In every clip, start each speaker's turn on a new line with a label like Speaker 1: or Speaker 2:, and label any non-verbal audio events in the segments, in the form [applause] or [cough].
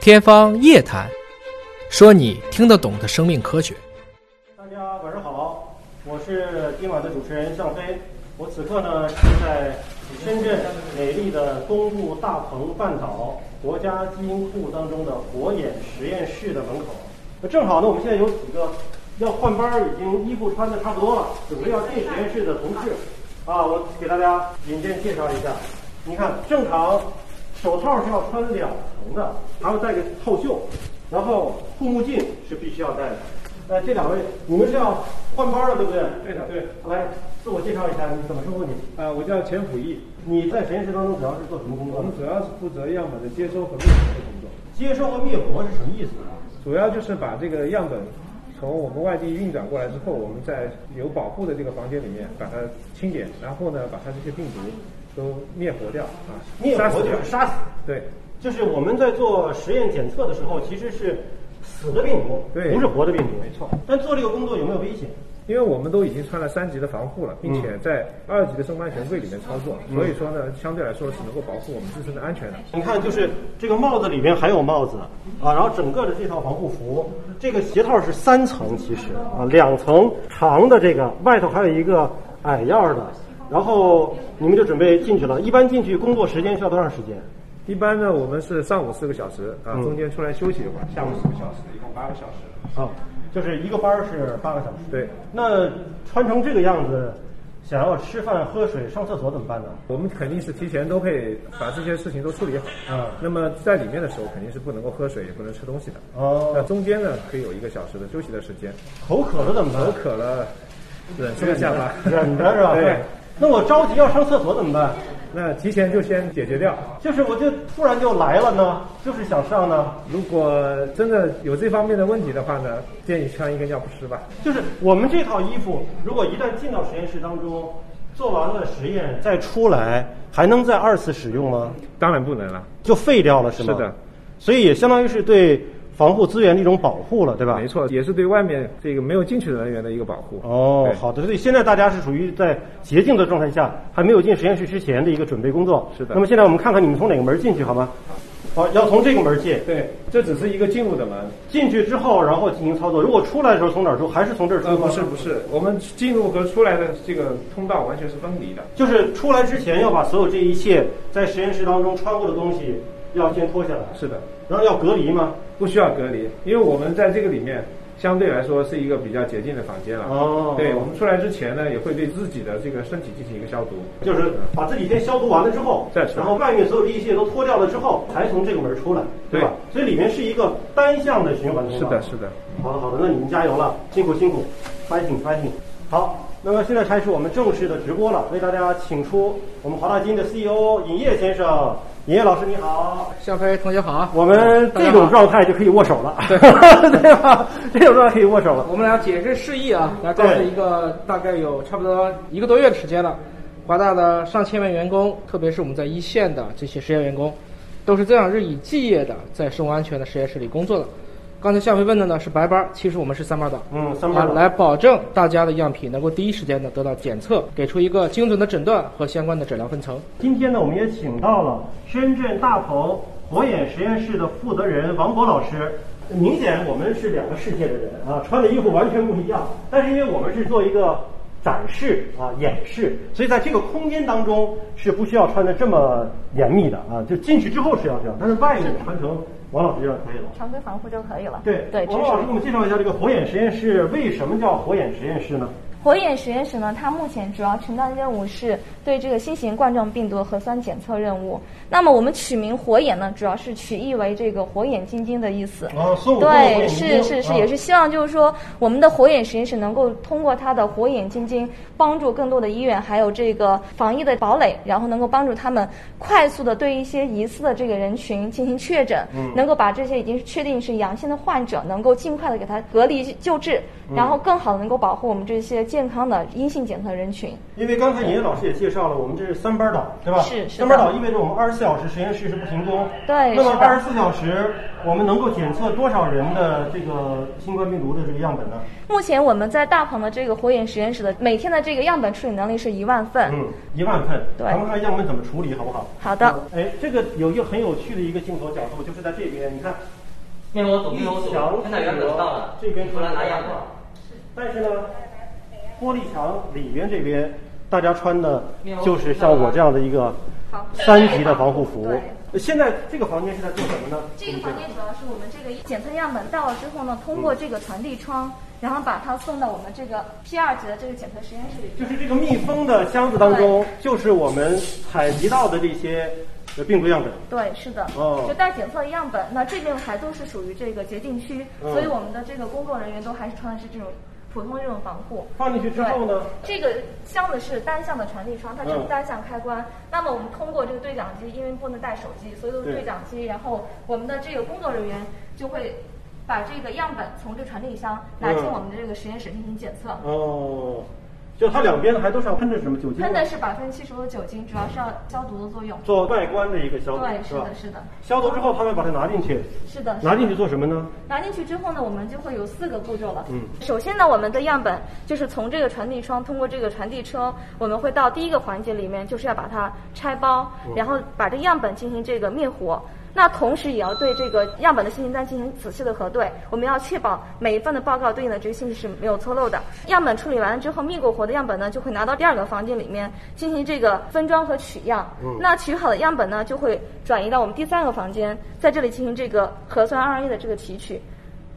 Speaker 1: 天方夜谭，说你听得懂的生命科学。
Speaker 2: 大家晚上好，我是今晚的主持人向飞。我此刻呢是在深圳美丽的东部大鹏半岛国家基因库当中的火眼实验室的门口。那正好呢，我们现在有几个要换班儿，已经衣服穿的差不多了，准备要进实验室的同事，啊，我给大家引荐介绍一下。你看，正常手套是要穿两层的，还要戴个套袖，然后护目镜是必须要戴的。呃，这两位，你们是要换班的，对不对？
Speaker 3: 对的对。
Speaker 2: 来，自我介绍一下，你怎么称呼你？
Speaker 3: 啊，我叫钱溥义，
Speaker 2: 你在实验室当中主要是做什么工作
Speaker 3: 我
Speaker 2: 呢
Speaker 3: 们？主要是负责样本的接收和灭活的工作，
Speaker 2: 接收和灭活是什么意思啊？
Speaker 3: 主要就是把这个样本从我们外地运转过来之后，我们在有保护的这个房间里面把它清点，然后呢把它这些病毒都灭活掉啊，
Speaker 2: 灭
Speaker 3: 杀
Speaker 2: 活
Speaker 3: 死
Speaker 2: 就
Speaker 3: 掉
Speaker 2: 是。杀死，
Speaker 3: 对，
Speaker 2: 就是我们在做实验检测的时候，其实是死的病毒，
Speaker 3: 对
Speaker 2: 不是活的病毒，
Speaker 3: 没错。
Speaker 2: 但做这个工作有没有危险？
Speaker 3: 因为我们都已经穿了三级的防护了，并
Speaker 2: 嗯
Speaker 3: 且在二级的生物安全柜里面操作，所以说呢，相对来说是能够保护我们自身的安全的。
Speaker 2: 你看，就是这个帽子里面还有帽子啊，然后整个的这套防护服，这个鞋套是三层，其实啊，两层长的这个，外头还有一个矮样儿的。然后你们就准备进去了，一般进去工作时间需要多长时间？
Speaker 3: 一般呢，我们是上午四个小时
Speaker 2: 嗯
Speaker 3: 啊，中间出来休息一会儿，下午四个小时，一共八个小时。
Speaker 2: 啊，就是一个班儿是八个小时。
Speaker 3: 对，
Speaker 2: 那穿成这个样子，想要吃饭、喝水、上厕所怎么办呢？
Speaker 3: 我们肯定是提前都会把这些事情都处理好。
Speaker 2: 嗯
Speaker 3: 那么在里面的时候肯定是不能够喝水，也不能吃东西的。那
Speaker 2: 哦，
Speaker 3: 中间呢，可以有一个小时的休息的时间，
Speaker 2: 口渴了怎么办？
Speaker 3: 口渴了，忍受一下吧。
Speaker 2: 忍着是吧？
Speaker 3: 对。
Speaker 2: 那我着急要上厕所怎么办？
Speaker 3: 那提前就先解决掉。
Speaker 2: 就是我就突然就来了呢，就是想上呢，
Speaker 3: 如果真的有这方面的问题的话呢，建议穿一个尿不湿吧。
Speaker 2: 就是我们这套衣服，如果一旦进到实验室当中，做完了实验再出来，还能再二次使用吗？
Speaker 3: 当然不能了，
Speaker 2: 就废掉了是吗？
Speaker 3: 是的，
Speaker 2: 所以也相当于是对防护资源的一种保护了，对吧？
Speaker 3: 没错，也是对外面这个没有进去的人员的一个保护。
Speaker 2: 哦
Speaker 3: 对，
Speaker 2: 好的，所以现在大家是属于在洁净的状态下，还没有进实验室之前的一个准备工作。
Speaker 3: 是的
Speaker 2: 那么现在我们看看你们从哪个门进去好吗？好，要从这个门进。
Speaker 3: 对，这只是一个进入的门。
Speaker 2: 进去之后，然后进行操作。如果出来的时候从哪儿出？还是从这儿出
Speaker 3: 呃，
Speaker 2: 吗？
Speaker 3: 不是不是，我们进入和出来的这个通道完全是分离的。
Speaker 2: 就是出来之前要把所有这一切在实验室当中穿过的东西要先脱下来，
Speaker 3: 是的，
Speaker 2: 然后要隔离吗？
Speaker 3: 不需要隔离，因为我们在这个里面相对来说是一个比较洁净的房间了。
Speaker 2: 哦
Speaker 3: 对我们出来之前呢，也会对自己的这个身体进行一个消毒。嗯
Speaker 2: 就是把自己先消毒完了之后，
Speaker 3: 再出来
Speaker 2: 然后外面所有这一切都脱掉了之后，才从这个门儿出来，
Speaker 3: 对
Speaker 2: 吧？所以里面是一个单向的循环通
Speaker 3: 是
Speaker 2: 道。
Speaker 3: 的，是的。
Speaker 2: 好的，好的，那你们加油了，辛苦辛苦，fighting fighting。好，那么现在开始我们正式的直播了，为大家请出我们华大基因的 CEO 尹烨先生。尹烨老师你好，
Speaker 1: 向飞同学
Speaker 4: 啊
Speaker 1: 好，
Speaker 2: 我们这种状态就可以握手了， [laughs] 对吧？这种状态可以握手了。
Speaker 4: 我们来解释释义啊，来告诉
Speaker 2: 对
Speaker 4: 一个大概有差不多一个多月的时间了，华大的上千位员工，特别是我们在一线的这些实验员工，都是这样日以继夜的在生物安全的实验室里工作的。刚才向飞问的呢是白班，其实我们是三班倒，
Speaker 2: 嗯三班倒
Speaker 4: 啊来保证大家的样品能够第一时间的得到检测，给出一个精准的诊断和相关的诊疗分层。
Speaker 2: 今天呢，我们也请到了深圳大鹏火眼实验室的负责人王博老师。明显我们是两个世界的人啊，穿的衣服完全不一样。但是因为我们是做一个展示啊、演示，所以在这个空间当中是不需要穿的这么严密的啊。就进去之后是要这样，但是外面穿成王老师这样可以了。
Speaker 5: 常规防护就可以了。
Speaker 2: 对
Speaker 5: 对，
Speaker 2: 王
Speaker 5: 这是
Speaker 2: 老师给我们介绍一下这个火眼实验室为什么叫火眼实验室呢？
Speaker 5: 火眼实验室呢，它目前主要承担的任务是对这个新型冠状病毒核酸检测任务。那么我们取名火眼呢，主要是取意为这个火眼金睛的意思。
Speaker 2: 哦孙悟空的火眼
Speaker 5: 对，
Speaker 2: 金睛
Speaker 5: 是是是，
Speaker 2: 啊
Speaker 5: 也是希望就是说，我们的火眼实验室能够通过它的火眼金睛，帮助更多的医院还有这个防疫的堡垒，然后能够帮助他们快速的对一些疑似的这个人群进行确诊，能够把这些已经确定是阳性的患者，能够尽快的给他隔离救治，然后更好的能够保护我们这些。健康的阴性检测人群。
Speaker 2: 因为刚才尹烨老师也介绍了，我们这是三班倒，对吧？
Speaker 5: 哦是是
Speaker 2: 三
Speaker 5: 的
Speaker 2: 班倒意味着我们二十四小时实验室是不停工。
Speaker 5: 对
Speaker 2: 那么
Speaker 5: 是的
Speaker 2: 二十四小时，我们能够检测多少人的这个新冠病毒的这个样本呢？
Speaker 5: 目前我们在大鹏的这个火眼实验室的每天的这个样本处理能力是一万份。
Speaker 2: 嗯，一万份。
Speaker 5: 对
Speaker 2: 咱们看样本怎么处理，好不好？
Speaker 5: 好的
Speaker 2: 嗯。哎，这个有一个很有趣的一个镜头角度，就是在这边，你看，
Speaker 6: 面膜总
Speaker 2: 一
Speaker 6: 面膜
Speaker 2: 墙
Speaker 6: 组，看到原本到了，
Speaker 2: 这边
Speaker 6: 出来拿样本。
Speaker 2: 但是呢，玻璃墙里边这边，大家穿的就是像我这样的一个三级的防护服
Speaker 5: 对。
Speaker 2: 呃现在这个房间是在做什么呢？
Speaker 5: 这个房间主要是我们这个检测样本到了之后呢，通
Speaker 2: 嗯
Speaker 5: 过这个传递窗，然后把它送到我们这个 P 二级的这个检测实验室里。
Speaker 2: 就是这个密封的箱子当中，就是我们采集到的这些呃病毒样本。
Speaker 5: 对，是的，
Speaker 2: 哦
Speaker 5: 就带检测样本。那这边还都是属于这个洁净区，
Speaker 2: 嗯
Speaker 5: 所以我们的这个工作人员都还是穿的是这种普通的这种防护。
Speaker 2: 放进去之后呢，
Speaker 5: 对？这个箱子是单向的传递窗，它是
Speaker 2: 嗯
Speaker 5: 单向开关。那么我们通过这个对讲机，因为不能带手机，所以都是
Speaker 2: 对
Speaker 5: 对讲机。然后我们的这个工作人员就会把这个样本从这个传递箱拿进
Speaker 2: 嗯
Speaker 5: 我们的这个实验室进行检测。
Speaker 2: 哦，就它两边还都是要喷着什么酒精吗？
Speaker 5: 喷的是百分之七十的酒精，主要是要消毒的作用。
Speaker 2: 做外观的一个消毒，
Speaker 5: 对，是
Speaker 2: 吧
Speaker 5: 的，？是的，
Speaker 2: 消毒之后，他们把它拿进去，
Speaker 5: 是的。
Speaker 2: 拿进去
Speaker 5: 去。
Speaker 2: 做什么呢？
Speaker 5: 拿进去之后呢，我们就会有四个步骤了。
Speaker 2: 嗯
Speaker 5: 首先呢，我们的样本就是从这个传递窗通过这个传递车，我们会到第一个环节里面，就是要把它拆包，然后把这个样本进行这个灭活。那同时也要对这个样本的信息单进行仔细的核对，我们要确保每一份的报告对应的这个信息是没有错漏的。样本处理完了之后，灭过活的样本呢，就会拿到第二个房间里面进行这个分装和取样。
Speaker 2: 嗯
Speaker 5: 那取好的样本呢，就会转移到我们第三个房间，在这里进行这个核酸 RNA 的这个提取。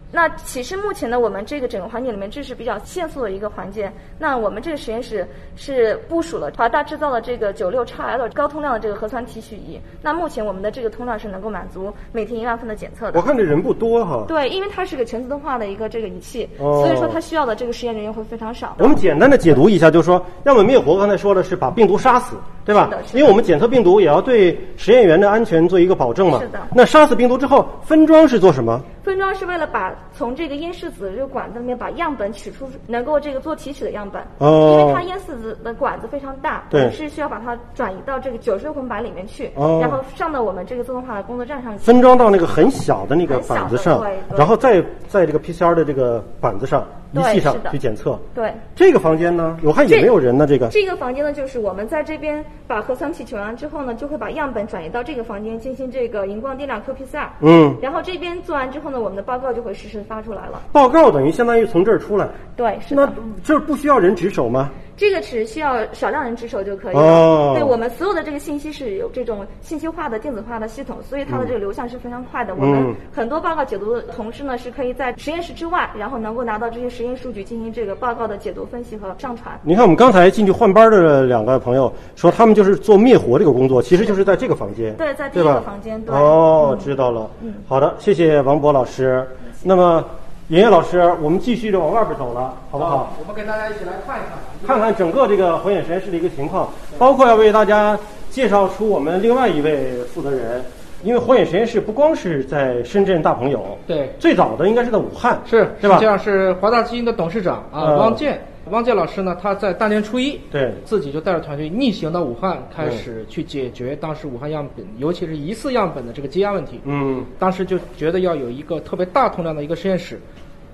Speaker 5: 那其实目前呢，我们这个整个环节里面，这是比较限速的一个环节。那我们这个实验室是部署了华大制造的这个九六 x L 高通量的这个核酸提取仪。那目前我们的这个通量是能够满足每天一万份的检测的
Speaker 2: 我。看这人不多哈。
Speaker 5: 对，因为它是个全自动化的一个这个仪器，
Speaker 2: 哦
Speaker 5: 所以说它需要的这个实验人员会非常少。
Speaker 2: 我们简单的解读一下，就是说，样本灭活刚才说了是把病毒杀死，对吧
Speaker 5: 是的是？的
Speaker 2: 因为我们检测病毒也要对实验员的安全做一个保证嘛。
Speaker 5: 是的
Speaker 2: 那杀死病毒之后，分装是做什么？
Speaker 5: 分装是为了把从这个咽拭子这个管子里面把样本取出，能够这个做提取的样本。
Speaker 2: 哦
Speaker 5: 因为它咽拭子的管子非常大，
Speaker 2: 对
Speaker 5: 我们是需要把它转移到这个九十六混板里面去，
Speaker 2: 哦
Speaker 5: 然后上到我们这个自动化的工作站上去。
Speaker 2: 分装到那个很小的那个板子上
Speaker 5: 很小的对，对
Speaker 2: 然后再在这个 PCR 的这个板子上、仪
Speaker 5: 对
Speaker 2: 器上
Speaker 5: 是的
Speaker 2: 去检测。
Speaker 5: 对。
Speaker 2: 这个房间呢，我看也没有人呢。这个
Speaker 5: 这个房间呢，就是我们在这边把核酸提取完之后呢，就会把样本转移到这个房间进行这个荧光电量 qPCR。
Speaker 2: 嗯
Speaker 5: 然后这边做完之后呢，我们的报告就会实时发出来了。
Speaker 2: 报告等于相当于从这儿出来，
Speaker 5: 对，是的。
Speaker 2: 那这不需要人值守吗？
Speaker 5: 这个只需要少量人值守就可以了。
Speaker 2: 哦
Speaker 5: 对我们所有的这个信息是有这种信息化的电子化的系统，所以它的这个流向是非常快的。我们很多报告解读的同事呢，是可以在实验室之外，然后能够拿到这些实验数据进行这个报告的解读、分析和上传。
Speaker 2: 你看，我们刚才进去换班的两个朋友说，他们就是做灭活这个工作，其实就是在这个房间，
Speaker 5: 对在
Speaker 2: 对
Speaker 5: 第一个
Speaker 2: 吧
Speaker 5: 房间对嗯
Speaker 2: 哦，知道了。好的，谢谢王博老师。那么，尹烨老师，我们继续着往外边走了，好不好？
Speaker 4: 我们跟大家一起来看一看。
Speaker 2: 看看整个这个火眼实验室的一个情况，包括要为大家介绍出我们另外一位负责人，因为火眼实验室不光是在深圳大鹏友，
Speaker 4: 对
Speaker 2: 最早的应该是在武汉，
Speaker 4: 是
Speaker 2: 对吧
Speaker 4: 实际？上是华大基因的董事长啊，
Speaker 2: 嗯
Speaker 4: 汪建，汪建老师呢，他在大年初一，
Speaker 2: 对
Speaker 4: 自己就带着团队逆行到武汉，开始
Speaker 2: 嗯
Speaker 4: 去解决当时武汉样本，尤其是疑似样本的这个积压问题。
Speaker 2: 嗯，
Speaker 4: 当时就觉得要有一个特别大通量的一个实验室，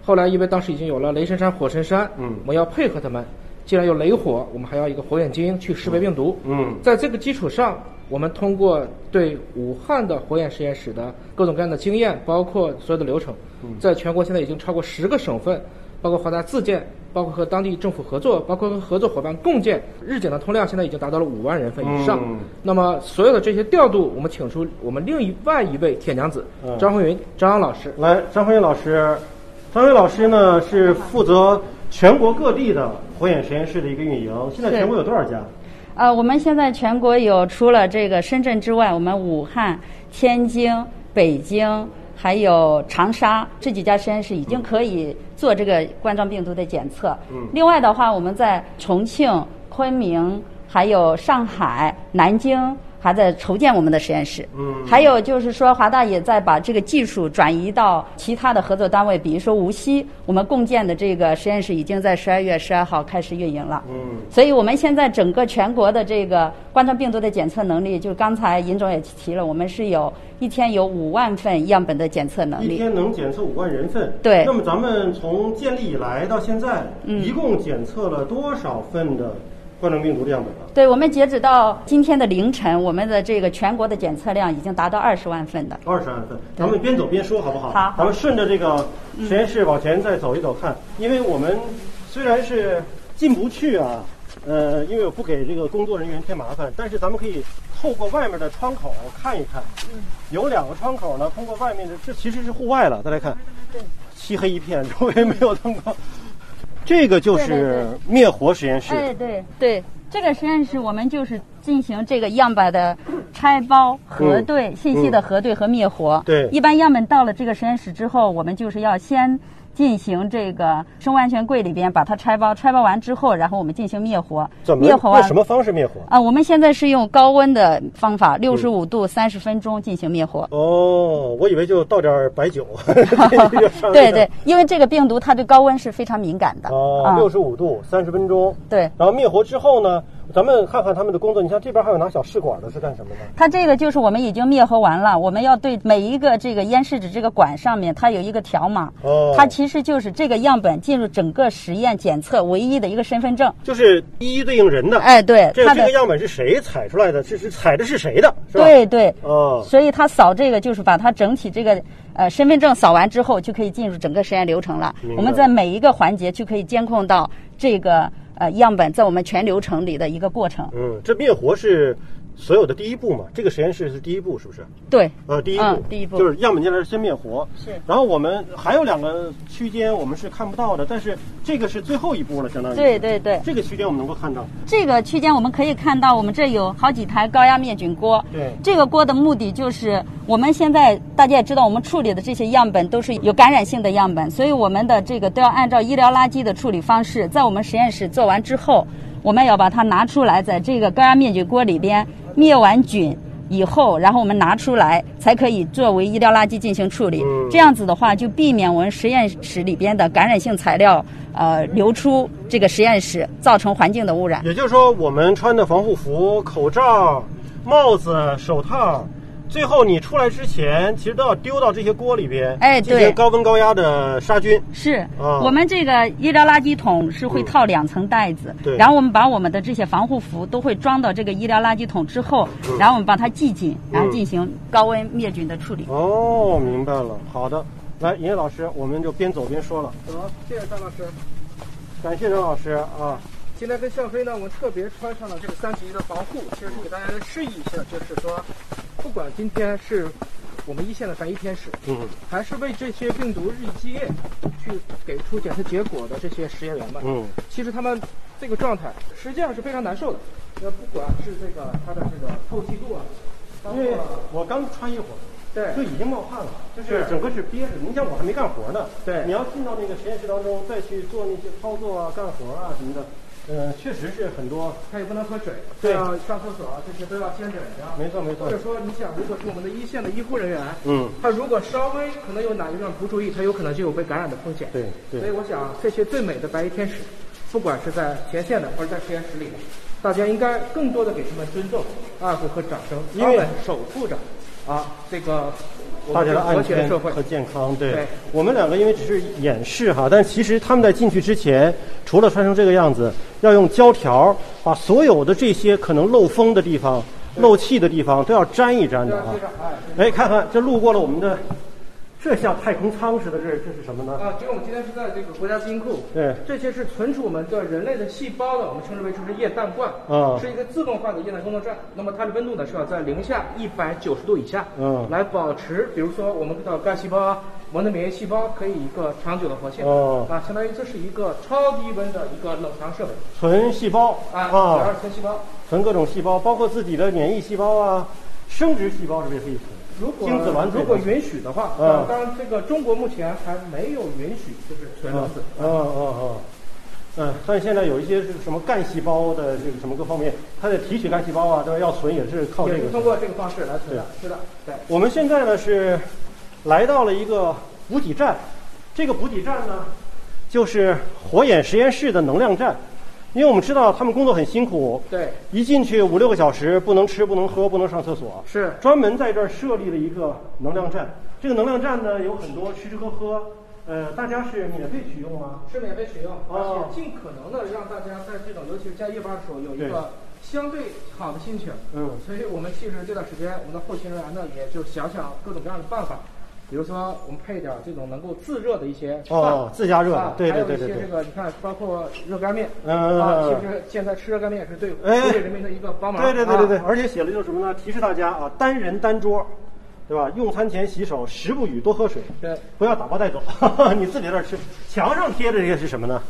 Speaker 4: 后来因为当时已经有了雷神山、火神山，
Speaker 2: 嗯
Speaker 4: 我们要配合他们，既然有雷火，我们还要一个火眼金睛去识别病毒，
Speaker 2: 嗯
Speaker 4: 在这个基础上，我们通过对武汉的火眼实验室的各种各样的经验，包括所有的流程，
Speaker 2: 嗯
Speaker 4: 在全国现在已经超过十个省份，包括华大自建，包括和当地政府合作，包括和合作伙伴共建，日检的通量现在已经达到了五万人份以上。
Speaker 2: 嗯
Speaker 4: 那么所有的这些调度，我们请出我们另一外一位铁娘子、
Speaker 2: 嗯
Speaker 4: 张慧云张老师。
Speaker 2: 来，张辉老师，张辉老师呢是负责全国各地的火眼实验室的一个运营。现在
Speaker 7: 是
Speaker 2: 全国有多少家？
Speaker 7: 呃，我们现在全国有除了这个深圳之外，我们武汉、天津、北京还有长沙这几家实验室已经可以做这个冠状病毒的检测。
Speaker 2: 嗯
Speaker 7: 另外的话，我们在重庆、昆明、还有上海、南京。还在筹建我们的实验室。
Speaker 2: 嗯
Speaker 7: 还有就是说，华大也在把这个技术转移到其他的合作单位，比如说无锡，我们共建的这个实验室已经在十二月十二号开始运营了。
Speaker 2: 嗯
Speaker 7: 所以我们现在整个全国的这个冠状病毒的检测能力，就是刚才尹总也提了，我们是有一天有五万份样本的检测能
Speaker 2: 嗯一
Speaker 7: 力。
Speaker 2: 天能检测五万人份。
Speaker 7: 对嗯
Speaker 2: 那么咱们从建立以来到现在，一共检测了多少份的冠状病毒的样本啊？
Speaker 7: 对，我们截止到今天的凌晨，我们的这个全国的检测量已经达到二十万份的。
Speaker 2: 二十万份，咱们边走边说好不好？
Speaker 7: 好嗯
Speaker 2: 咱们顺着这个实验室往前再走一走看，因为我们虽然是进不去啊，呃，因为我不给这个工作人员添麻烦，但是咱们可以透过外面的窗口看一看。
Speaker 7: 嗯
Speaker 2: 有两个窗口呢，通过外面的，这其实是户外了，大家看，漆黑一片，周围没有灯
Speaker 7: [laughs]
Speaker 2: 光。这个就
Speaker 7: 对对
Speaker 2: 是灭活实验室，
Speaker 7: 哎，对对，这个实验室我们就是进行这个样本的拆包、核对、信息的核对和灭活。
Speaker 2: 嗯对
Speaker 7: 一般样本到了这个实验室之后，我们就是要先。进行这个生物安全柜里边把它拆包，拆包完之后，然后我们进行灭活。
Speaker 2: 怎么
Speaker 7: 灭活
Speaker 2: 用
Speaker 7: 完
Speaker 2: 什么方式灭活？
Speaker 7: 啊？我们现在是用高温的方法，六十五度三十分钟进行灭活。
Speaker 2: 嗯哦，我以为就倒点儿白
Speaker 7: [laughs]
Speaker 2: 酒， [laughs] 就上来
Speaker 7: 对
Speaker 2: 了
Speaker 7: 对，因为这个病毒它对高温是非常敏感的。
Speaker 2: 哦，
Speaker 7: 啊
Speaker 2: 六十五度，三十分钟。
Speaker 7: 对，
Speaker 2: 然后灭活之后呢，咱们看看他们的工作。你像这边还有拿小试管的，是干什么的？
Speaker 7: 它这个就是我们已经灭活完了，我们要对每一个这个咽拭子这个管上面，它有一个条码，
Speaker 2: 哦
Speaker 7: 它其实就是这个样本进入整个实验检测唯一的一个身份证。
Speaker 2: 就是一一对应人的。，
Speaker 7: 哎，对，
Speaker 2: 这
Speaker 7: 它
Speaker 2: 这
Speaker 7: 的
Speaker 2: 个样本是谁采出来的？是是采的是谁的？是吧？。
Speaker 7: 对对，
Speaker 2: 哦，
Speaker 7: 所以它扫这个就是把它整体这个呃身份证扫完之后，就可以进入整个实验流程了
Speaker 2: 明白。
Speaker 7: 我们在每一个环节就可以监控到这个呃样本在我们全流程里的一个过程。
Speaker 2: 嗯，这灭活是所有的第一步嘛？这个实验室是第一步，是不是？
Speaker 7: 对，
Speaker 2: 呃，第一步，
Speaker 7: 嗯第一步
Speaker 2: 就是样本进来是先灭活，
Speaker 7: 是
Speaker 2: 然后我们还有两个区间我们是看不到的，但是这个是最后一步了，相当于。
Speaker 7: 对对对。
Speaker 2: 这个区间我们能够看到。
Speaker 7: 这个区间我们可以看到，我们这有好几台高压灭菌锅。
Speaker 2: 对
Speaker 7: 这个锅的目的就是，我们现在大家也知道，我们处理的这些样本都是有感染性的样本，所以我们的这个都要按照医疗垃圾的处理方式，在我们实验室做完之后，我们要把它拿出来，在这个高压灭菌锅里边灭完菌。以后，然后我们拿出来，才可以作为医疗垃圾进行处理。
Speaker 2: 嗯
Speaker 7: 这样子的话，就避免我们实验室里边的感染性材料呃流出这个实验室，造成环境的污染。
Speaker 2: 也就是说，我们穿的防护服、口罩、帽子、手套，最后你出来之前，其实都要丢到这些锅里边，
Speaker 7: 哎
Speaker 2: 进
Speaker 7: 对
Speaker 2: 行高温高压的杀菌。
Speaker 7: 是、
Speaker 2: 啊嗯
Speaker 7: 我们这个医疗垃圾桶是会套两层袋子，
Speaker 2: 对
Speaker 7: 然后我们把我们的这些防护服都会装到这个医疗垃圾桶之后，
Speaker 2: 嗯
Speaker 7: 然后我们把它系紧，然后进行高温灭菌的处理。
Speaker 2: 哦，明白了。好的，来，尹烨老师，我们就边走边说了。
Speaker 4: 好，谢谢张老师。
Speaker 2: 感谢张老师啊，
Speaker 4: 今天跟向飞呢，我们特别穿上了这个三级的防护，其实是给大家示意一下，就是说，不管今天是我们一线的白衣天使，
Speaker 2: 嗯，
Speaker 4: 还是为这些病毒日以继夜去给出检测结果的这些实验员们，
Speaker 2: 嗯，
Speaker 4: 其实他们这个状态实际上是非常难受的。那不管是这个它的这个透气度啊，包
Speaker 2: 因为
Speaker 4: 括
Speaker 2: 我刚穿一会儿，
Speaker 4: 对
Speaker 2: 就已经冒汗了，就是整个是憋着。你想，我还没干活呢，
Speaker 4: 对
Speaker 2: 你要进到那个实验室当中，再去做那些操作啊、干活啊什么的，呃，确实是很多。
Speaker 4: 它也不能喝水，
Speaker 2: 对
Speaker 4: 啊，上厕所啊这些都要先忍着。
Speaker 2: 没错没错
Speaker 4: 或者说，你想，如果是我们的一线的医护人员，
Speaker 2: 嗯
Speaker 4: 他如果稍微可能有哪一段不注意，他有可能就有被感染的风险。
Speaker 2: 对对
Speaker 4: 所以我想，这些最美的白衣天使，不管是在前线的，或者在实验室里的，大家应该更多的给他们尊重、爱护和掌声，
Speaker 2: 因为
Speaker 4: 他们守护着啊这个我
Speaker 2: 大
Speaker 4: 们
Speaker 2: 家的
Speaker 4: 和
Speaker 2: 安
Speaker 4: 谐的
Speaker 2: 全
Speaker 4: 社会
Speaker 2: 和健康，对
Speaker 4: 对
Speaker 2: 我们两个因为只是演示哈，但其实他们在进去之前，除了穿成这个样子，要用胶条把所有的这些可能漏风的地方、漏气的地方都要粘一粘的啊
Speaker 4: 对对哎。
Speaker 2: 哎，看看这路过了我们的，这像太空舱似的，这这是什么呢？
Speaker 4: 啊，其实我们今天是在这个国家基因库，
Speaker 2: 对
Speaker 4: 这些是存储我们的人类的细胞的，我们称之为就是液氮罐，
Speaker 2: 嗯
Speaker 4: 是一个自动化的液氮工作站。那么它的温度呢是要在零下一百九十度以下，
Speaker 2: 嗯
Speaker 4: 来保持，比如说我们的干细胞啊，我们的免疫细胞可以一个长久的活性，
Speaker 2: 哦
Speaker 4: 啊，相当于这是一个超低温的一个冷藏设备
Speaker 2: 存细胞
Speaker 4: 啊，然后
Speaker 2: 啊，
Speaker 4: 存细胞，
Speaker 2: 存各种细胞，包括自己的免疫细胞啊，生殖细胞是不是也可以存？
Speaker 4: 如果
Speaker 2: 精子卵子
Speaker 4: 如果允许的话，
Speaker 2: 嗯啊
Speaker 4: 当然这个中国目前还没有允许就是纯卵子，
Speaker 2: 嗯嗯嗯。嗯，但是现在有一些是什么干细胞的这个什么各方面，它的提取干细胞啊，都要存也是靠这
Speaker 4: 也
Speaker 2: 个
Speaker 4: 是。通过这个方式来存的，是的，对。
Speaker 2: 我们现在呢是来到了一个补给站，这个补给站呢就是火眼实验室的能量站，因为我们知道他们工作很辛苦，
Speaker 4: 对，
Speaker 2: 一进去五六个小时不能吃不能喝不能上厕所，
Speaker 4: 是
Speaker 2: 专门在这儿设立了一个能量站。这个能量站呢有很多吃吃喝喝，呃，大家是免费取用吗？
Speaker 4: 是免费使用，
Speaker 2: 哦
Speaker 4: 而且尽可能的让大家在这种，尤其是加夜班的时候，有一
Speaker 2: 对
Speaker 4: 个相对好的心情。
Speaker 2: 嗯
Speaker 4: 所以我们其实这段时间，我们的后勤人员呢，也就想想各种各样的办法，比如说我们配点儿这种能够自热的一些饭
Speaker 2: 哦自加热的
Speaker 4: 啊
Speaker 2: 对
Speaker 4: 还有
Speaker 2: 对
Speaker 4: 一
Speaker 2: 对对
Speaker 4: 些
Speaker 2: 对
Speaker 4: 这个你看，包括热干面，
Speaker 2: 嗯
Speaker 4: 啊，其实现在吃热干面也是对
Speaker 2: 哎
Speaker 4: 湖北人民的一个帮忙。
Speaker 2: 对对对对对，
Speaker 4: 啊
Speaker 2: 而且写了就是什么呢？提示大家啊，单人单桌，对吧？用餐前洗手，食不语，多喝水，
Speaker 4: 对
Speaker 2: 不要打包带走， [laughs] 你自己在这儿吃。墙上贴的这些是什么呢？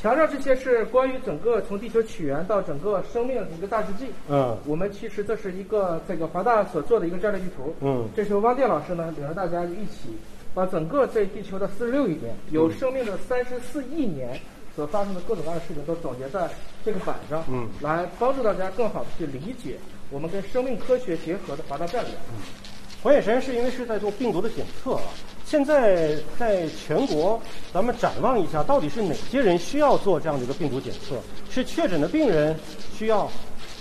Speaker 4: 墙上这些是关于整个从地球起源到整个生命的一个大事记。
Speaker 2: 嗯
Speaker 4: 我们其实这是一个这个华大所做的一个战略地图。
Speaker 2: 嗯
Speaker 4: 这时候汪建老师呢，领着大家一起把整个这地球的四十六亿年
Speaker 2: 嗯
Speaker 4: 有生命的三十四亿年所发生的各种各样的事情都总结在这个板上，
Speaker 2: 嗯
Speaker 4: 来帮助大家更好的去理解我们跟生命科学结合的华大战略。
Speaker 2: 火眼实验室因为是在做病毒的检测啊，现在在全国，咱们展望一下，到底是哪些人需要做这样的一个病毒检测？是确诊的病人需要，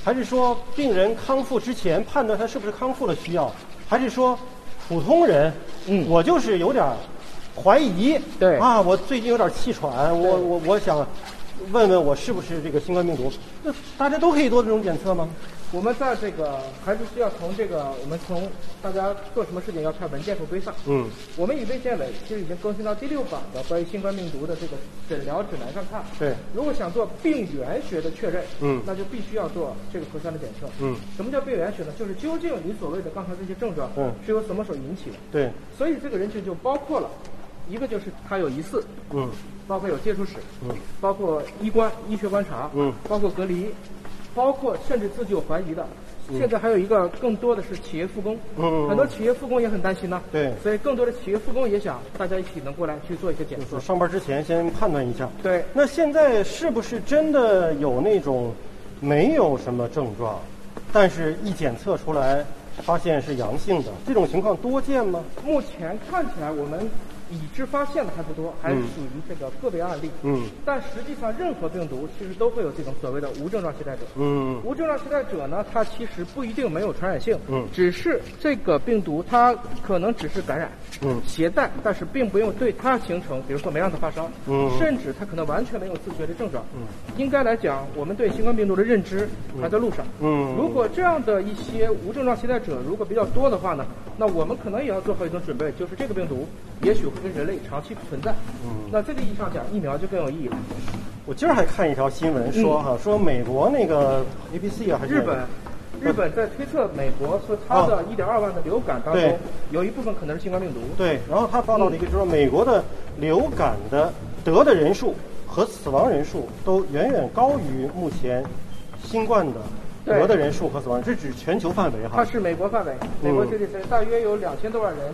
Speaker 2: 还是说病人康复之前判断他是不是康复了需要，还是说普通人？
Speaker 4: 嗯
Speaker 2: 我就是有点儿怀疑，
Speaker 4: 对
Speaker 2: 啊，我最近有点气喘，我
Speaker 4: 对
Speaker 2: 我我想问问我是不是这个新冠病毒？那大家都可以做这种检测吗？
Speaker 4: 我们在这个还是需要从这个，我们从大家做什么事情要看文件和规范。
Speaker 2: 嗯，
Speaker 4: 我们以卫健委其实已经更新到第六版的关于新冠病毒的这个诊疗指南上看。
Speaker 2: 对
Speaker 4: 如果想做病原学的确认，
Speaker 2: 嗯
Speaker 4: 那就必须要做这个核酸的检测。
Speaker 2: 嗯，
Speaker 4: 什么叫病原学呢？就是究竟你所谓的刚才这些症状，
Speaker 2: 嗯
Speaker 4: 是由什么所引起的？
Speaker 2: 对，
Speaker 4: 所以这个人群就包括了，一个就是他有疑似，
Speaker 2: 嗯
Speaker 4: 包括有接触史，
Speaker 2: 嗯，
Speaker 4: 包括医观医学观察，
Speaker 2: 嗯
Speaker 4: 包括隔离，包括甚至自救怀疑的。现在还有一个更多的是企业复工，
Speaker 2: 嗯
Speaker 4: 很多企业复工也很担心呢、
Speaker 2: 对
Speaker 4: 所以更多的企业复工也想大家一起能过来去做一些检测
Speaker 2: 就。上班之前先判断一下。
Speaker 4: 对
Speaker 2: 那现在是不是真的有那种没有什么症状，但是一检测出来发现是阳性的这种情况多见吗？
Speaker 4: 目前看起来我们已知发现的还不多，还是
Speaker 2: 嗯
Speaker 4: 属于这个个别案例。
Speaker 2: 嗯
Speaker 4: 但实际上，任何病毒其实都会有这种所谓的无症状携带者。
Speaker 2: 嗯
Speaker 4: 无症状携带者呢，它其实不一定没有传染性，
Speaker 2: 嗯
Speaker 4: 只是这个病毒它可能只是感染，
Speaker 2: 嗯
Speaker 4: 携带，但是并不用对它形成，比如说没让它发烧，
Speaker 2: 嗯
Speaker 4: 甚至它可能完全没有自觉的症状，
Speaker 2: 嗯，
Speaker 4: 应该来讲，我们对新冠病毒的认知还在路上，
Speaker 2: 嗯
Speaker 4: 如果这样的一些无症状携带者如果比较多的话呢，那我们可能也要做好一种准备，就是这个病毒也许会跟人类长期存在，
Speaker 2: 嗯
Speaker 4: 那这个意义上讲，疫苗就更有意义了。
Speaker 2: 我今儿还看一条新闻说哈、说美国那个 ABC 啊还是
Speaker 4: 日本，日本在推测美国说它的
Speaker 2: 哦
Speaker 4: 1.2万的流感当
Speaker 2: 对
Speaker 4: 中，有一部分可能是新冠病毒。
Speaker 2: 对，然后他报道了一个，就是说美国的流感的得的人数和死亡人数都远远高于目前新冠的
Speaker 4: 对
Speaker 2: 得的人数和死亡，这指全球范围哈。
Speaker 4: 它是美国范围，
Speaker 2: 嗯
Speaker 4: 美国这里是大约有两千多万人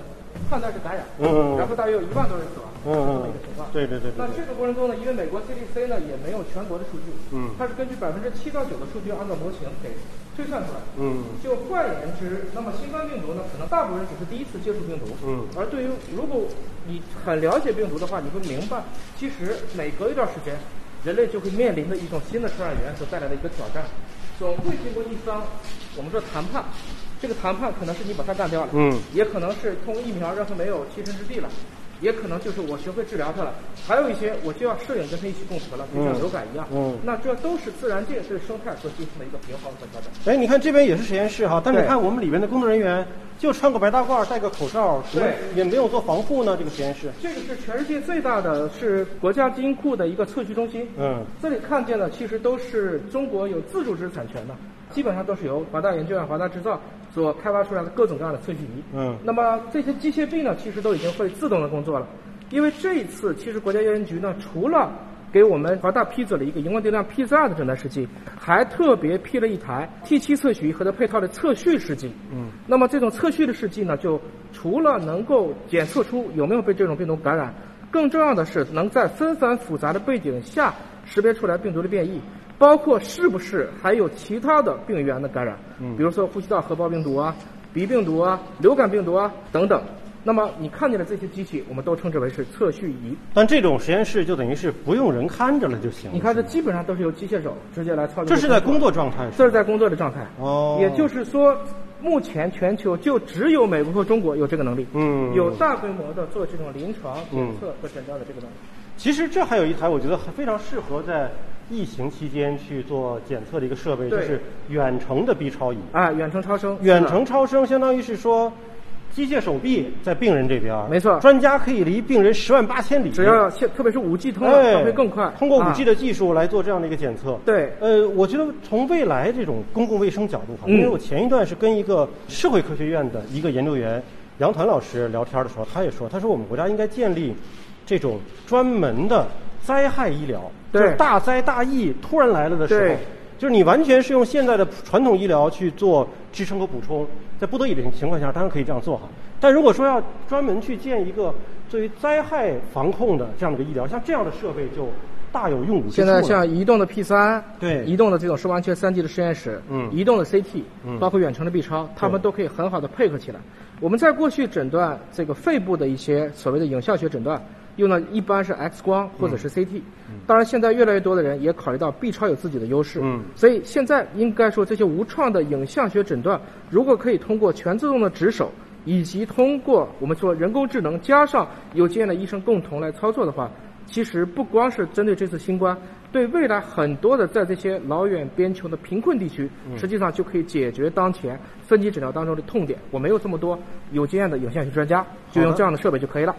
Speaker 4: 判断是感染，
Speaker 2: 嗯
Speaker 4: 然后大约有一万多人死亡，
Speaker 2: 嗯
Speaker 4: 这
Speaker 2: 嗯
Speaker 4: 么一个情况。
Speaker 2: 对对对对
Speaker 4: 那这
Speaker 2: 对，
Speaker 4: 个过程中呢，因为美国 CDC 呢也没有全国的数据，
Speaker 2: 嗯
Speaker 4: 它是根据百分之七到九的数据按照模型给推算出来，
Speaker 2: 嗯
Speaker 4: 就换言之，那么新冠病毒呢，可能大部分人只是第一次接触病毒，
Speaker 2: 嗯
Speaker 4: 而对于如果你很了解病毒的话，你会明白，其实每隔一段时间，人类就会面临的一种新的传染源所带来的一个挑战，总会经过一番我们说谈判，这个谈判可能是你把它干掉了，
Speaker 2: 嗯
Speaker 4: 也可能是通过疫苗让它没有栖身之地了。也可能就是我学会治疗它了，还有一些我就要适应跟它一起共存了，就像
Speaker 2: 嗯
Speaker 4: 流感一样。
Speaker 2: 嗯
Speaker 4: 那这都是自然界对生态所进行的一个平衡和调整。
Speaker 2: 哎，你看这边也是实验室哈，但是
Speaker 4: 对
Speaker 2: 你看我们里面的工作人员就穿个白大褂，戴个口罩，怎么
Speaker 4: 对
Speaker 2: 也没有做防护呢？这个实验室，
Speaker 4: 这个是全世界最大的，是国家基因库的一个测序中心。
Speaker 2: 嗯
Speaker 4: 这里看见的其实都是中国有自主知识产权的，基本上都是由华大研究院、华大制造所开发出来的各种各样的测序仪。
Speaker 2: 嗯
Speaker 4: 那么这些机械臂呢，其实都已经会自动的工作了，因为这一次其实国家药监局呢，除了给我们华大批准了一个荧光定量 P 4 2的诊断试剂，还特别批了一台 T 7测序仪和它配套的测序试剂。
Speaker 2: 嗯，
Speaker 4: 那么这种测序的试剂呢，就除了能够检测出有没有被这种病毒感染，更重要的是能在纷繁复杂的背景下，识别出来病毒的变异，包括是不是还有其他的病原的感染，
Speaker 3: 嗯
Speaker 4: 比如说呼吸道合胞病毒啊、鼻病毒啊、流感病毒啊等等。那么你看见的这些机器，我们都称之为是测序仪。
Speaker 2: 但这种实验室就等于是不用人看着了就行了。
Speaker 4: 你看，这
Speaker 2: 是吗
Speaker 4: 基本上都是由机械手直接来操纵。
Speaker 2: 这是在工作，状态吧，
Speaker 4: 这是在工作的状态。
Speaker 2: 哦，
Speaker 4: 也就是说，目前全球就只有美国和中国有这个能力，
Speaker 2: 嗯
Speaker 4: 有大规模的做这种临床检测和诊断的这个能力。
Speaker 2: 其实这还有一台我觉得还非常适合在疫情期间去做检测的一个设备，就
Speaker 4: 对
Speaker 2: 是远程的 B 超仪。
Speaker 4: 啊，远程超声，
Speaker 2: 远程超声相当于是说，机械手臂在病人这边儿，
Speaker 4: 没错
Speaker 2: 专家可以离病人十万八千里，
Speaker 4: 只要现特别是五 G 通了，
Speaker 2: 哎
Speaker 4: 它会更快。
Speaker 2: 通过五 G
Speaker 4: 的
Speaker 2: 的技术来做这样的一个检测。
Speaker 4: 对
Speaker 2: 呃，我觉得从未来这种公共卫生角度哈，
Speaker 4: 嗯
Speaker 2: 因为我前一段是跟一个社会科学院的一个研究员杨团老师聊天的时候，他也说，他说我们国家应该建立这种专门的灾害医疗，
Speaker 4: 对
Speaker 2: 就是大灾大疫突然来了的时候
Speaker 4: 对。
Speaker 2: 就是你完全是用现在的传统医疗去做支撑和补充，在不得已的情况下，当然可以这样做哈。但如果说要专门去建一个对于灾害防控的这样的一个医疗，像这样的设备就大有用武之处
Speaker 4: 现
Speaker 2: 了。
Speaker 4: 在像移动的 P 三，
Speaker 2: 对
Speaker 4: 移动的这种双安全三 D 的实验室，
Speaker 2: 嗯
Speaker 4: 移动的 CT，
Speaker 2: 嗯
Speaker 4: 包括远程的 B 超，它们
Speaker 2: 对
Speaker 4: 都可以很好的配合起来。我们在过去诊断这个肺部的一些所谓的影像学诊断，用的一般是 X 光或
Speaker 2: 嗯
Speaker 4: 者是 CT，、当然现在越来越多的人也考虑到 B 超有自己的优势，
Speaker 2: 嗯
Speaker 4: 所以现在应该说这些无创的影像学诊断，如果可以通过全自动的值守。以及通过我们说人工智能加上有经验的医生共同来操作的话，其实不光是针对这次新冠，对未来很多的在这些老远边穷的贫困地区，实际上就可以解决当前分级诊疗当中的痛点。我没有这么多有经验的影像学专家，就用这样的设备就可以了。